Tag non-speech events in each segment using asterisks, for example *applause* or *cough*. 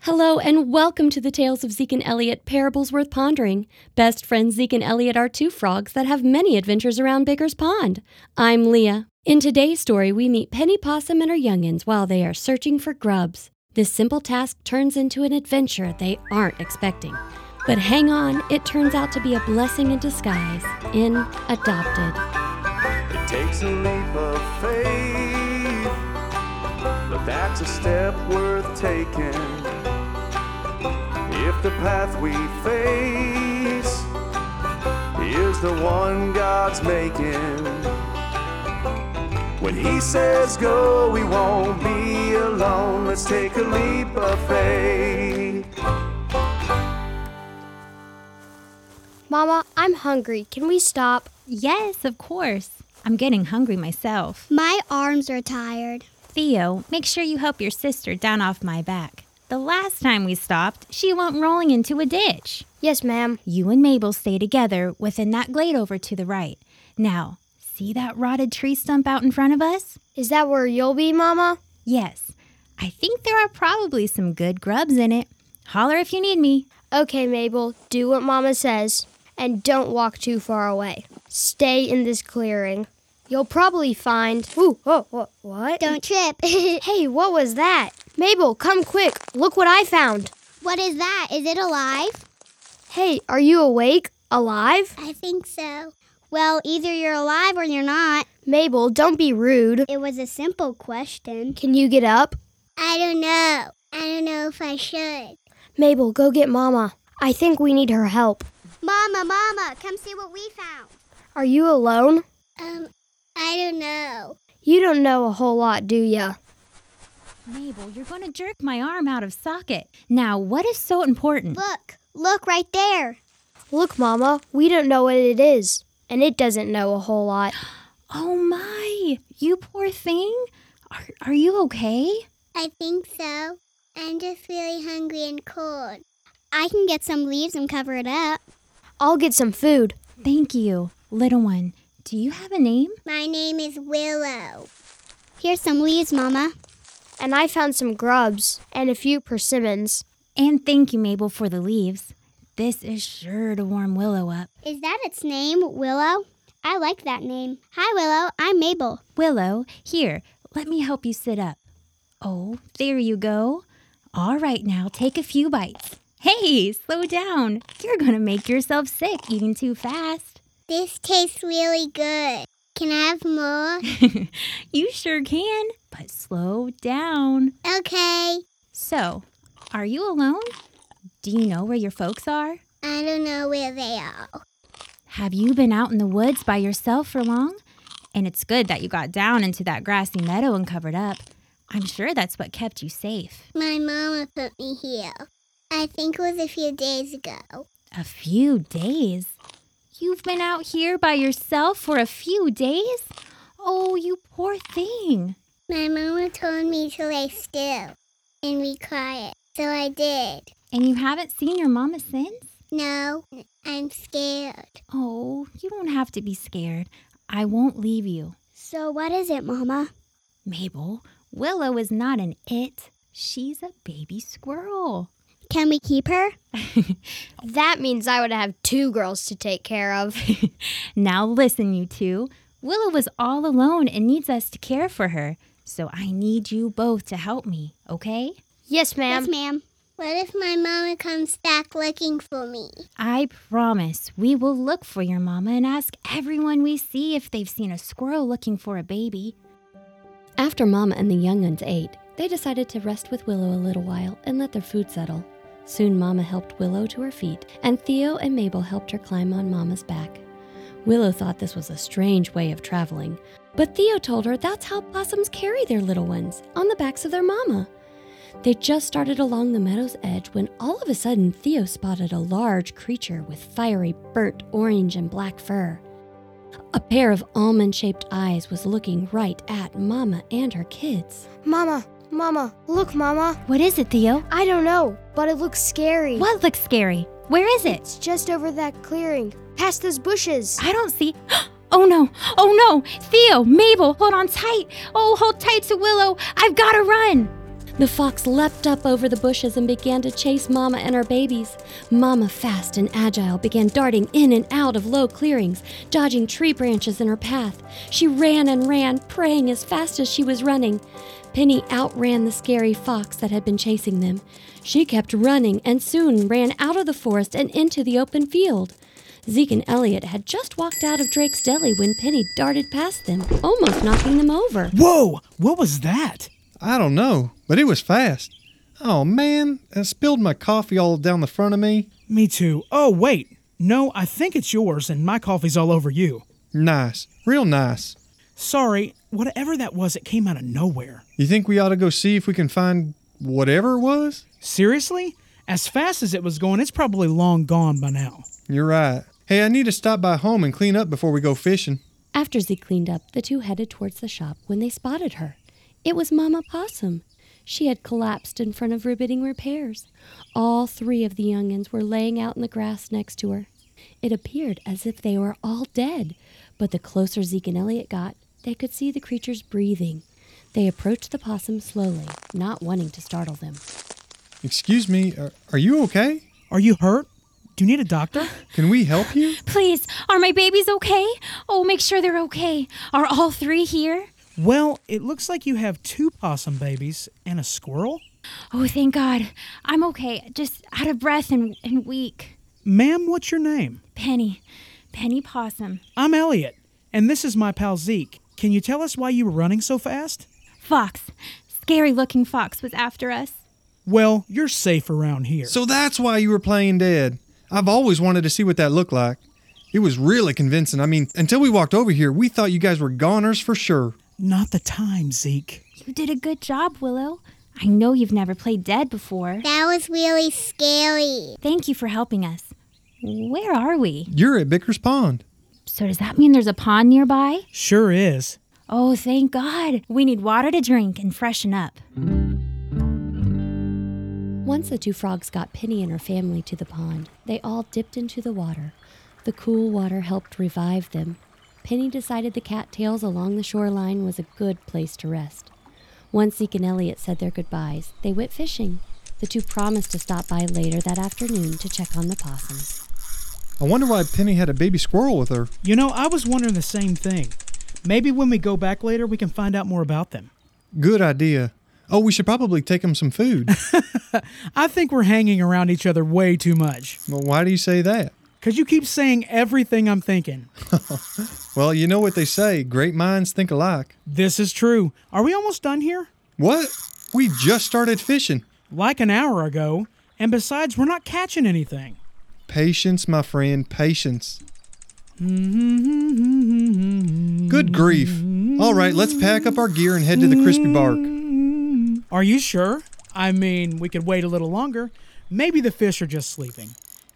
Hello and welcome to the Tales of Zeke and Elliot Parables Worth Pondering. Best friends Zeke and Elliot are two frogs that have many adventures around Baker's Pond. I'm Leah. In today's story, we meet Penny Possum and her youngins while they are searching for grubs. This simple task turns into an adventure they aren't expecting. But hang on, it turns out to be a blessing in disguise in Adopted. It takes a leap of faith, but that's a step worth taking. If the path we face is the one God's making, when He says go, we won't be alone. Let's take a leap of faith. Mama, I'm hungry. Can we stop? Yes, of course. I'm getting hungry myself. My arms are tired. Theo, make sure you help your sister down off my back. The last time we stopped, she went rolling into a ditch. Yes, ma'am. You and Mabel stay together within that glade over to the right. Now, see that rotted tree stump out in front of us? Is that where you'll be, Mama? Yes. I think there are probably some good grubs in it. Holler if you need me. Okay, Mabel, do what Mama says. And don't walk too far away. Stay in this clearing. You'll probably find. Ooh, oh, what? What? Don't *laughs* trip. Hey, what was that? Mabel, come quick. Look what I found. what is that? Is it alive? Hey, are you awake? Alive? I think so. Well, either you're alive or you're not. Mabel, don't be rude. It was a simple question. Can you get up? I don't know. I don't know if I should. Mabel, go get Mama. I think we need her help. Mama, Mama, come see what we found. Are you alone? Um, I don't know. You don't know a whole lot, do ya? Mabel, you're going to jerk my arm out of socket. Now, what is so important? Look, look right there. Look, Mama, we don't know what it is, and it doesn't know a whole lot. *gasps* Oh my, you poor thing. Are, are you okay? I think so. I'm just really hungry and cold. I can get some leaves and cover it up. I'll get some food. Thank you, little one. Do you have a name? My name is Willow. Here's some leaves, Mama. And I found some grubs and a few persimmons. And thank you, Mabel, for the leaves. This is sure to warm Willow up. Is that its name, Willow? I like that name. Hi, Willow. I'm Mabel. Willow, here, let me help you sit up. Oh, there you go. All right, now take a few bites. Hey, slow down. You're going to make yourself sick eating too fast. This tastes really good. Can I have more? *laughs* You sure can, but slow down. okay. So, are you alone? Do you know where your folks are? I don't know where they are. Have you been out in the woods by yourself for long? And it's good that you got down into that grassy meadow and covered up. I'm sure that's what kept you safe. My mama put me here. I think it was a few days ago. A few days? You've been out here by yourself for a few days? Oh, you poor thing. My mama told me to lay still and be quiet, so I did. And you haven't seen your mama since? No, I'm scared. Oh, you don't have to be scared. I won't leave you. So, what is it, Mama? Mabel, Willow is not an it. She's a baby squirrel. Can we keep *laughs* her? That means I would have two girls to take care *laughs* of. Now listen, you two. Willow is all alone and needs us to care for her. So I need you both to help me, okay? yes, ma'am. yes, ma'am. What if my mama comes back looking for me? I promise we will look for your mama and ask everyone we see if they've seen a squirrel looking for a baby. After Mama and the younguns ate, they decided to rest with Willow a little while and let their food settle. Soon Mama helped Willow to her feet, and Theo and Mabel helped her climb on Mama's back. Willow thought this was a strange way of traveling, but Theo told her that's how possums carry their little ones on the backs of their mama. They just started along the meadow's edge when all of a sudden Theo spotted a large creature with fiery, burnt orange and black fur. A pair of almond shaped eyes was looking right at Mama and her kids. Mama, Mama, look, Mama. What is it, Theo? I don't know, but it looks scary. What looks scary? Where is it? It's just over that clearing, past those bushes. I don't see. *gasps* Oh no! Oh no! Theo, Mabel, hold on tight! Oh, hold tight to Willow! I've gotta run! The fox leapt up over the bushes and began to chase Mama and her babies. Mama, fast and agile, began darting in and out of low clearings, dodging tree branches in her path. She ran and ran, praying as fast as she was running. Penny outran the scary fox that had been chasing them. She kept running and soon ran out of the forest and into the open field. Zeke and Elliot had just walked out of Drake's deli when Penny darted past them, almost knocking them over. Whoa! What was that? I don't know, but it was fast. Oh man, I spilled my coffee all down the front of me. Me too. Oh, wait. No, I think it's yours, and my coffee's all over you. Nice, real nice. Sorry, whatever that was, it came out of nowhere. You think we ought to go see if we can find whatever it was? Seriously? As fast as it was going, it's probably long gone by now. You're right. Hey, I need to stop by home and clean up before we go fishing. After Zeke cleaned up, the two headed towards the shop when they spotted her. It was Mama Possum. She had collapsed in front of Riveting Repairs. All three of the youngins were laying out in the grass next to her. It appeared as if they were all dead, but the closer Zeke and Elliot got, they could see the creatures breathing. They approached the possum slowly, not wanting to startle them. Excuse me, are, are you okay? Are you hurt? Do you need a doctor? *laughs* Can we help you? Please, are my babies okay? Oh, make sure they're okay. Are all three here? Well, it looks like you have two possum babies and a squirrel. Oh, thank God. I'm okay. Just out of breath and, and weak. Ma'am, what's your name? Penny. Penny Possum. I'm Elliot, and this is my pal Zeke. Can you tell us why you were running so fast? Fox. Scary looking fox was after us. Well, Oh, you're safe around here. So that's why you were playing dead. I've always wanted to see what that looked like. It was really convincing. I mean, until we walked over here, we thought you guys were goners for sure. Not the time, Zeke. You did a good job, Willow. I know you've never played dead before. That was really scary. Thank you for helping us. Where are we? You're at Bicker's Pond. So, does that mean there's a pond nearby? Sure is. Oh, thank God. We need water to drink and freshen up. Once the two frogs got Penny and her family to the pond, they all dipped into the water. The cool water helped revive them. Penny decided the cattails along the shoreline was a good place to rest. Once Zeke and Elliot said their goodbyes, they went fishing. The two promised to stop by later that afternoon to check on the possums. I wonder why Penny had a baby squirrel with her. You know, I was wondering the same thing. Maybe when we go back later, we can find out more about them. Good idea. Oh, we should probably take them some food. *laughs* I think we're hanging around each other way too much. well, why do you say that? Because you keep saying everything I'm thinking. Well, you know what they say great minds think alike. This is true. Are we almost done here? What? We just started fishing. Like an hour ago. And besides, we're not catching anything. Patience, my friend, patience. Good grief. All right, let's pack up our gear and head to the crispy bark. Are you sure? I mean, we could wait a little longer. Maybe the fish are just sleeping.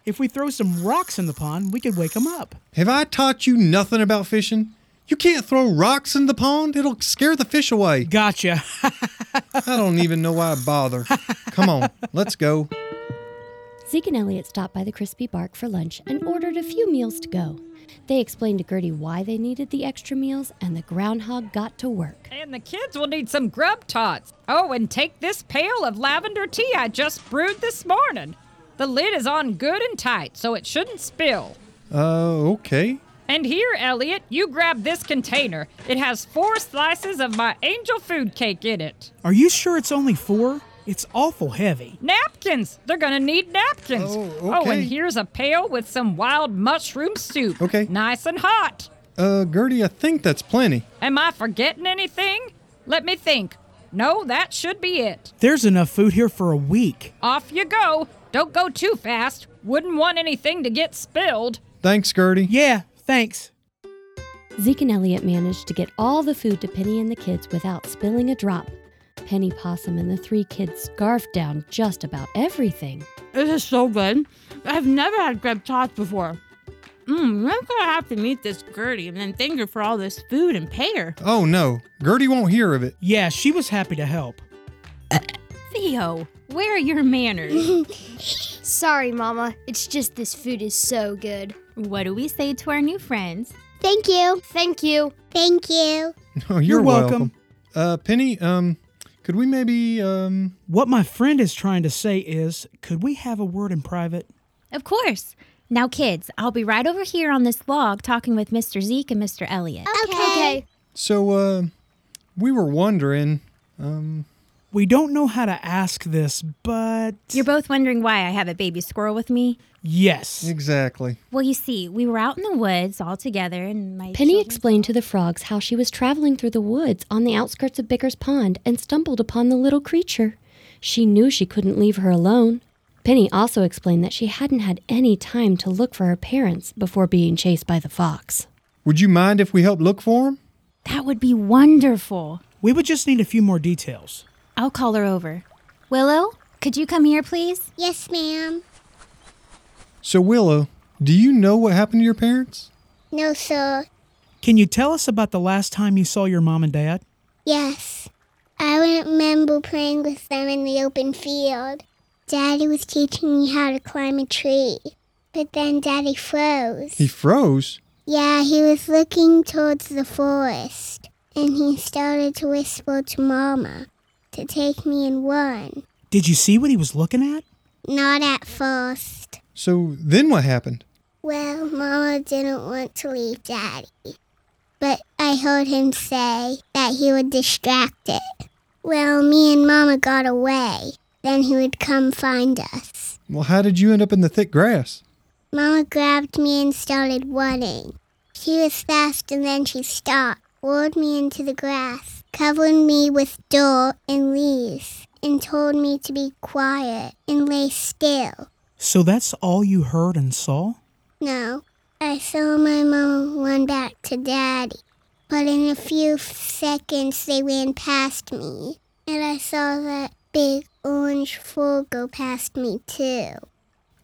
If we throw some rocks in the pond, we could wake them up. Have I taught you nothing about fishing? You can't throw rocks in the pond, it'll scare the fish away. Gotcha. *laughs* I don't even know why I bother. Come on, let's go. Zeke and Elliot stopped by the Crispy Bark for lunch and ordered a few meals to go. They explained to Gertie why they needed the extra meals, and the groundhog got to work. And the kids will need some grub tots. Oh, and take this pail of lavender tea I just brewed this morning. The lid is on good and tight, so it shouldn't spill. Uh, okay. And here, Elliot, you grab this container. It has four slices of my angel food cake in it. are you sure it's only four? It's awful heavy. Napkins! They're gonna need napkins. Oh, oh, okay. and here's a pail with some wild mushroom soup. Okay. Nice and hot. Uh, Gertie, I think that's plenty. Am I forgetting anything? Let me think. No, that should be it. There's enough food here for a week. Off you go. Don't go too fast. Wouldn't want anything to get spilled. Thanks, Gertie. Yeah, thanks. Zeke and Elliot managed to get all the food to Penny and the kids without spilling a drop. Penny Possum and the three kids scarfed down just about everything. This is so good. I've never had grub tots before. Mmm, I'm gonna have to meet this Gertie and then thank her for all this food and pay her. Oh no, Gertie won't hear of it. Yeah, she was happy to help. *laughs* Theo, where are your manners? *laughs* *laughs* Sorry, Mama. It's just this food is so good. what do we say to our new friends? Thank you. Thank you. Thank you. Oh, you're, welcome. Uh, Penny, um, Could we maybe, um, What my friend is trying to say is, could we have a word in private? Of course. Now, kids, I'll be right over here on this log talking with Mr. Zeke and Mr. Elliot. Okay. so, uh, we were wondering, um, We don't know how to ask this, but You're both wondering why I have a baby squirrel with me? yes. exactly. Well, you see, we were out in the woods all together, and my Penny children- explained to the frogs how she was traveling through the woods on the outskirts of Bicker's Pond and stumbled upon the little creature. She knew she couldn't leave her alone. Penny also explained that she hadn't had any time to look for her parents before being chased by the fox. Would you mind if we helped look for him? that would be wonderful. We would just need a few more details. I'll call her over. Willow, could you come here, please? Yes, ma'am. So, Willow, do you know what happened to your parents? No, sir. Can you tell us about the last time you saw your mom and dad? Yes. I remember playing with them in the open field. Daddy was teaching me how to climb a tree. But then Daddy froze. He froze. Yeah, he was looking towards the forest, and he started to whisper to Mama to take me and run. Did you see what he was looking at? Not at first. So, then what happened? Well, Mama didn't want to leave Daddy, but I heard him say that he would distract it. Well, me and Mama got away. Then he would come find us. Well, how did you end up in the thick grass? Mama grabbed me and started running. She was fast and then she stopped, rolled me into the grass, covered me with dirt and leaves, and told me to be quiet and lay still. So that's all you heard and saw? No, I saw my mama run back to daddy, but in a few seconds they ran past me, and I saw that big orange fool go past me too.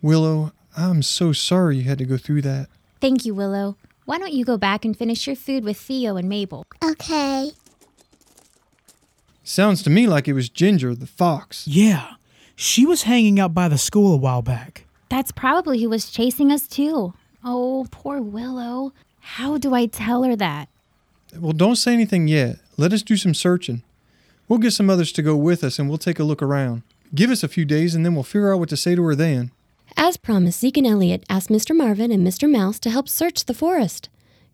Willow, I'm so sorry you had to go through that. Thank you, Willow. Why don't you go back and finish your food with Theo and Mabel? Okay, Sounds to me like it was Ginger, the fox. Yeah. She was hanging out by the school a while back. *laughs* That's probably who was chasing us, too. Oh, poor Willow. How do I tell her that? Well, don't say anything yet. Let us do some searching. We'll get some others to go with us and we'll take a look around. Give us a few days and then we'll figure out what to say to her then. As promised, Zeke and Elliot asked Mr. Marvin and Mr. Mouse to help search the forest.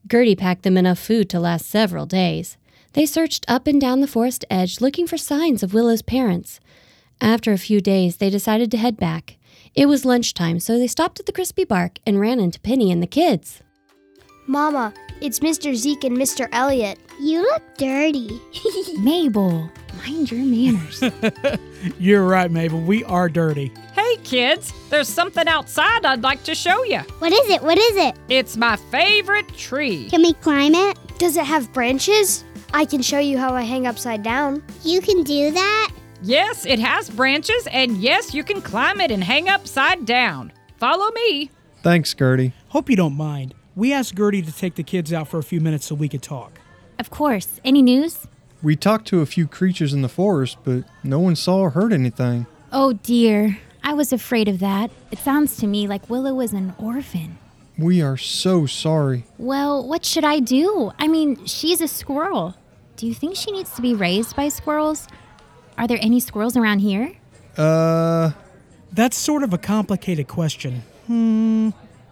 Gertie packed them enough food to last several days. They searched up and down the forest edge looking for signs of Willow's parents. After a few days, they decided to head back. It was lunchtime, so they stopped at the Crispy Bark and ran into Penny and the kids. Mama, it's Mr. Zeke and Mr. Elliot. you look dirty. Mabel, mind your manners. You're right, Mabel. We are dirty. Hey, kids, there's something outside I'd like to show you. What is it? What is it? It's my favorite tree. Can we climb it? Does it have branches? I can show you how I hang upside down. You can do that? Yes, it has branches, and yes, you can climb it and hang upside down. Follow me. Thanks, Gertie. Hope you don't mind. We asked Gertie to take the kids out for a few minutes so we could talk. of course. Any news? We talked to a few creatures in the forest, but no one saw or heard anything. Oh, dear. I was afraid of that. It sounds to me like Willow is an orphan. We are so sorry. Well, what should I do? I mean, she's a squirrel. Do you think she needs to be raised by squirrels? Are there any squirrels around here? Uh, That's sort of a complicated question.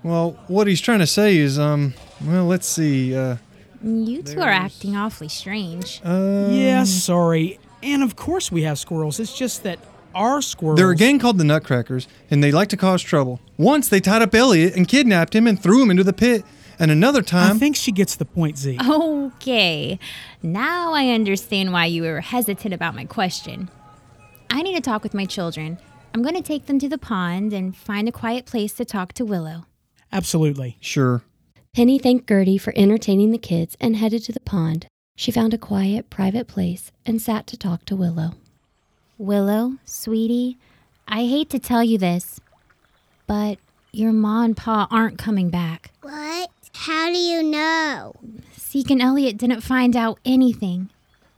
well, what he's trying to say is, um, well, let's see. Uh, You two are acting awfully strange. Um, yeah, sorry. And of course we have squirrels. It's just that our squirrels. They're a gang called the Nutcrackers, and they like to cause trouble. Once they tied up Elliot and kidnapped him and threw him into the pit, and another I time, think she gets the point, *laughs* Z. Okay, now I understand why you were hesitant about my question. I need to talk with my children. I'm going to take them to the pond and find a quiet place to talk to Willow. Absolutely. sure, Penny thanked Gertie for entertaining the kids and headed to the pond. She found a quiet, private place and sat to talk to Willow. Willow, sweetie, I hate to tell you this, but your ma and pa aren't coming back. What? How do you know? Zeke and Elliot didn't find out anything.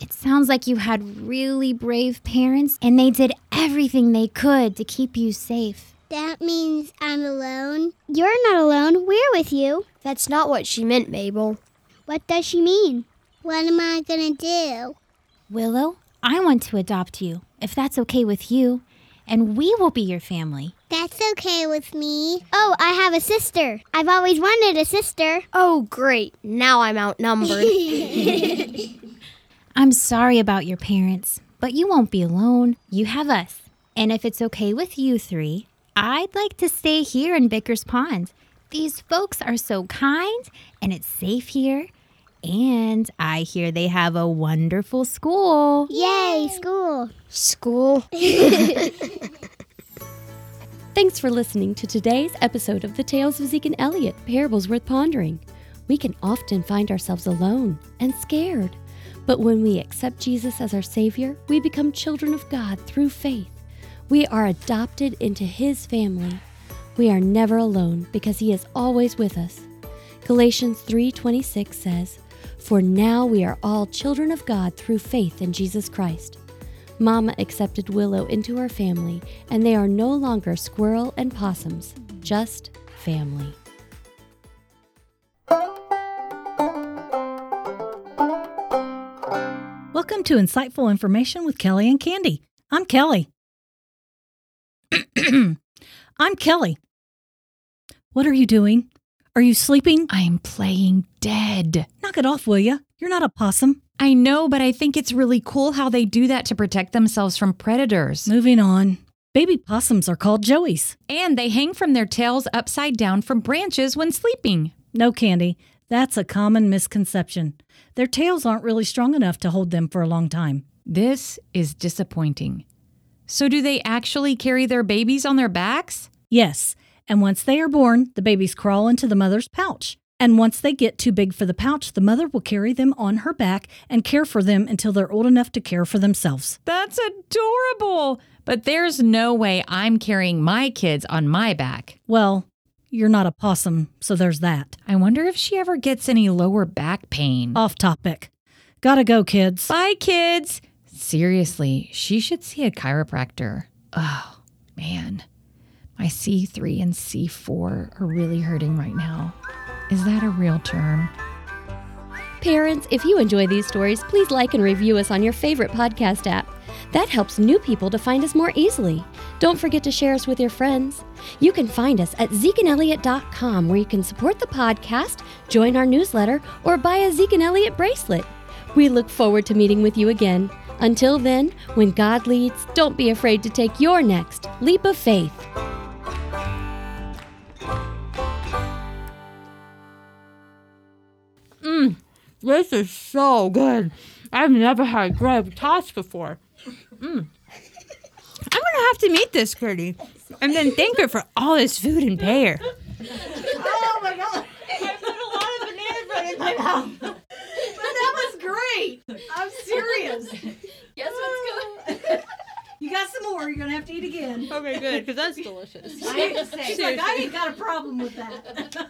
It sounds like you had really brave parents, and they did everything they could to keep you safe. That means I'm alone? You're not alone. We're with you. That's not what she meant, Mabel. What does she mean? What am I gonna do? Willow, I want to adopt you, if that's okay with you, and we will be your family. That's okay with me. Oh, I have a sister. I've always wanted a sister. Oh, great. Now *laughs* I'm outnumbered. *laughs* I'm sorry about your parents, but you won't be alone. You have us. And if it's okay with you three, I'd like to stay here in Bicker's Pond. These folks are so kind, and it's safe here. And I hear they have a wonderful school. Yay, school. *laughs* School. Thanks for listening to today's episode of the Tales of Zeke and Elliot Parables Worth Pondering. We can often find ourselves alone and scared, but when we accept Jesus as our Savior, we become children of God through faith. We are adopted into His family. We are never alone because He is always with us. Galatians 3:26 says, "For now we are all children of God through faith in Jesus Christ." Mama accepted Willow into her family, and they are no longer squirrel and possums, just family. Welcome to Insightful Information with Kelly and Candy. I'm Kelly. *clears throat* I'm Kelly. What are you doing? Are you sleeping? I'm playing dead. Knock it off, will you? You're not a possum. I know, but I think it's really cool how they do that to protect themselves from predators. Moving on. Baby possums are called joeys. And they hang from their tails upside down from branches when sleeping. No, Candy. That's a common misconception. Their tails aren't really strong enough to hold them for a long time. This is disappointing. So, do they actually carry their babies on their backs? Yes, and once they are born, the babies crawl into the mother's pouch. And once they get too big for the pouch, the mother will carry them on her back and care for them until they're old enough to care for themselves. That's adorable! But there's no way I'm carrying my kids on my back. Well, you're not a possum, so there's that. I wonder if she ever gets any lower back pain. Off topic. Gotta go, kids. Bye, kids. Seriously, she should see a chiropractor. Oh, man. My C3 and C4 are really hurting right now. Is that a real term? Parents, if you enjoy these stories, please like and review us on your favorite podcast app. That helps new people to find us more easily. Don't forget to share us with your friends. You can find us at zekeandelliot.com where you can support the podcast, join our newsletter, or buy a Zeke and Elliot bracelet. We look forward to meeting with you again. Until then, when God leads, don't be afraid to take your next leap of faith. Mmm, This is so good. I've never had grab tots before. Mm. I'm gonna have to meet this Gertie and then thank her for all this food and pay her. Oh my god! *laughs* I put a lot of bananas in *laughs* my mouth. But that was great. I'm serious. Yes, what's good? *laughs* you got some more. You're gonna have to eat again. *laughs* Okay, good, because that's delicious. She's like, I ain't got a problem with that.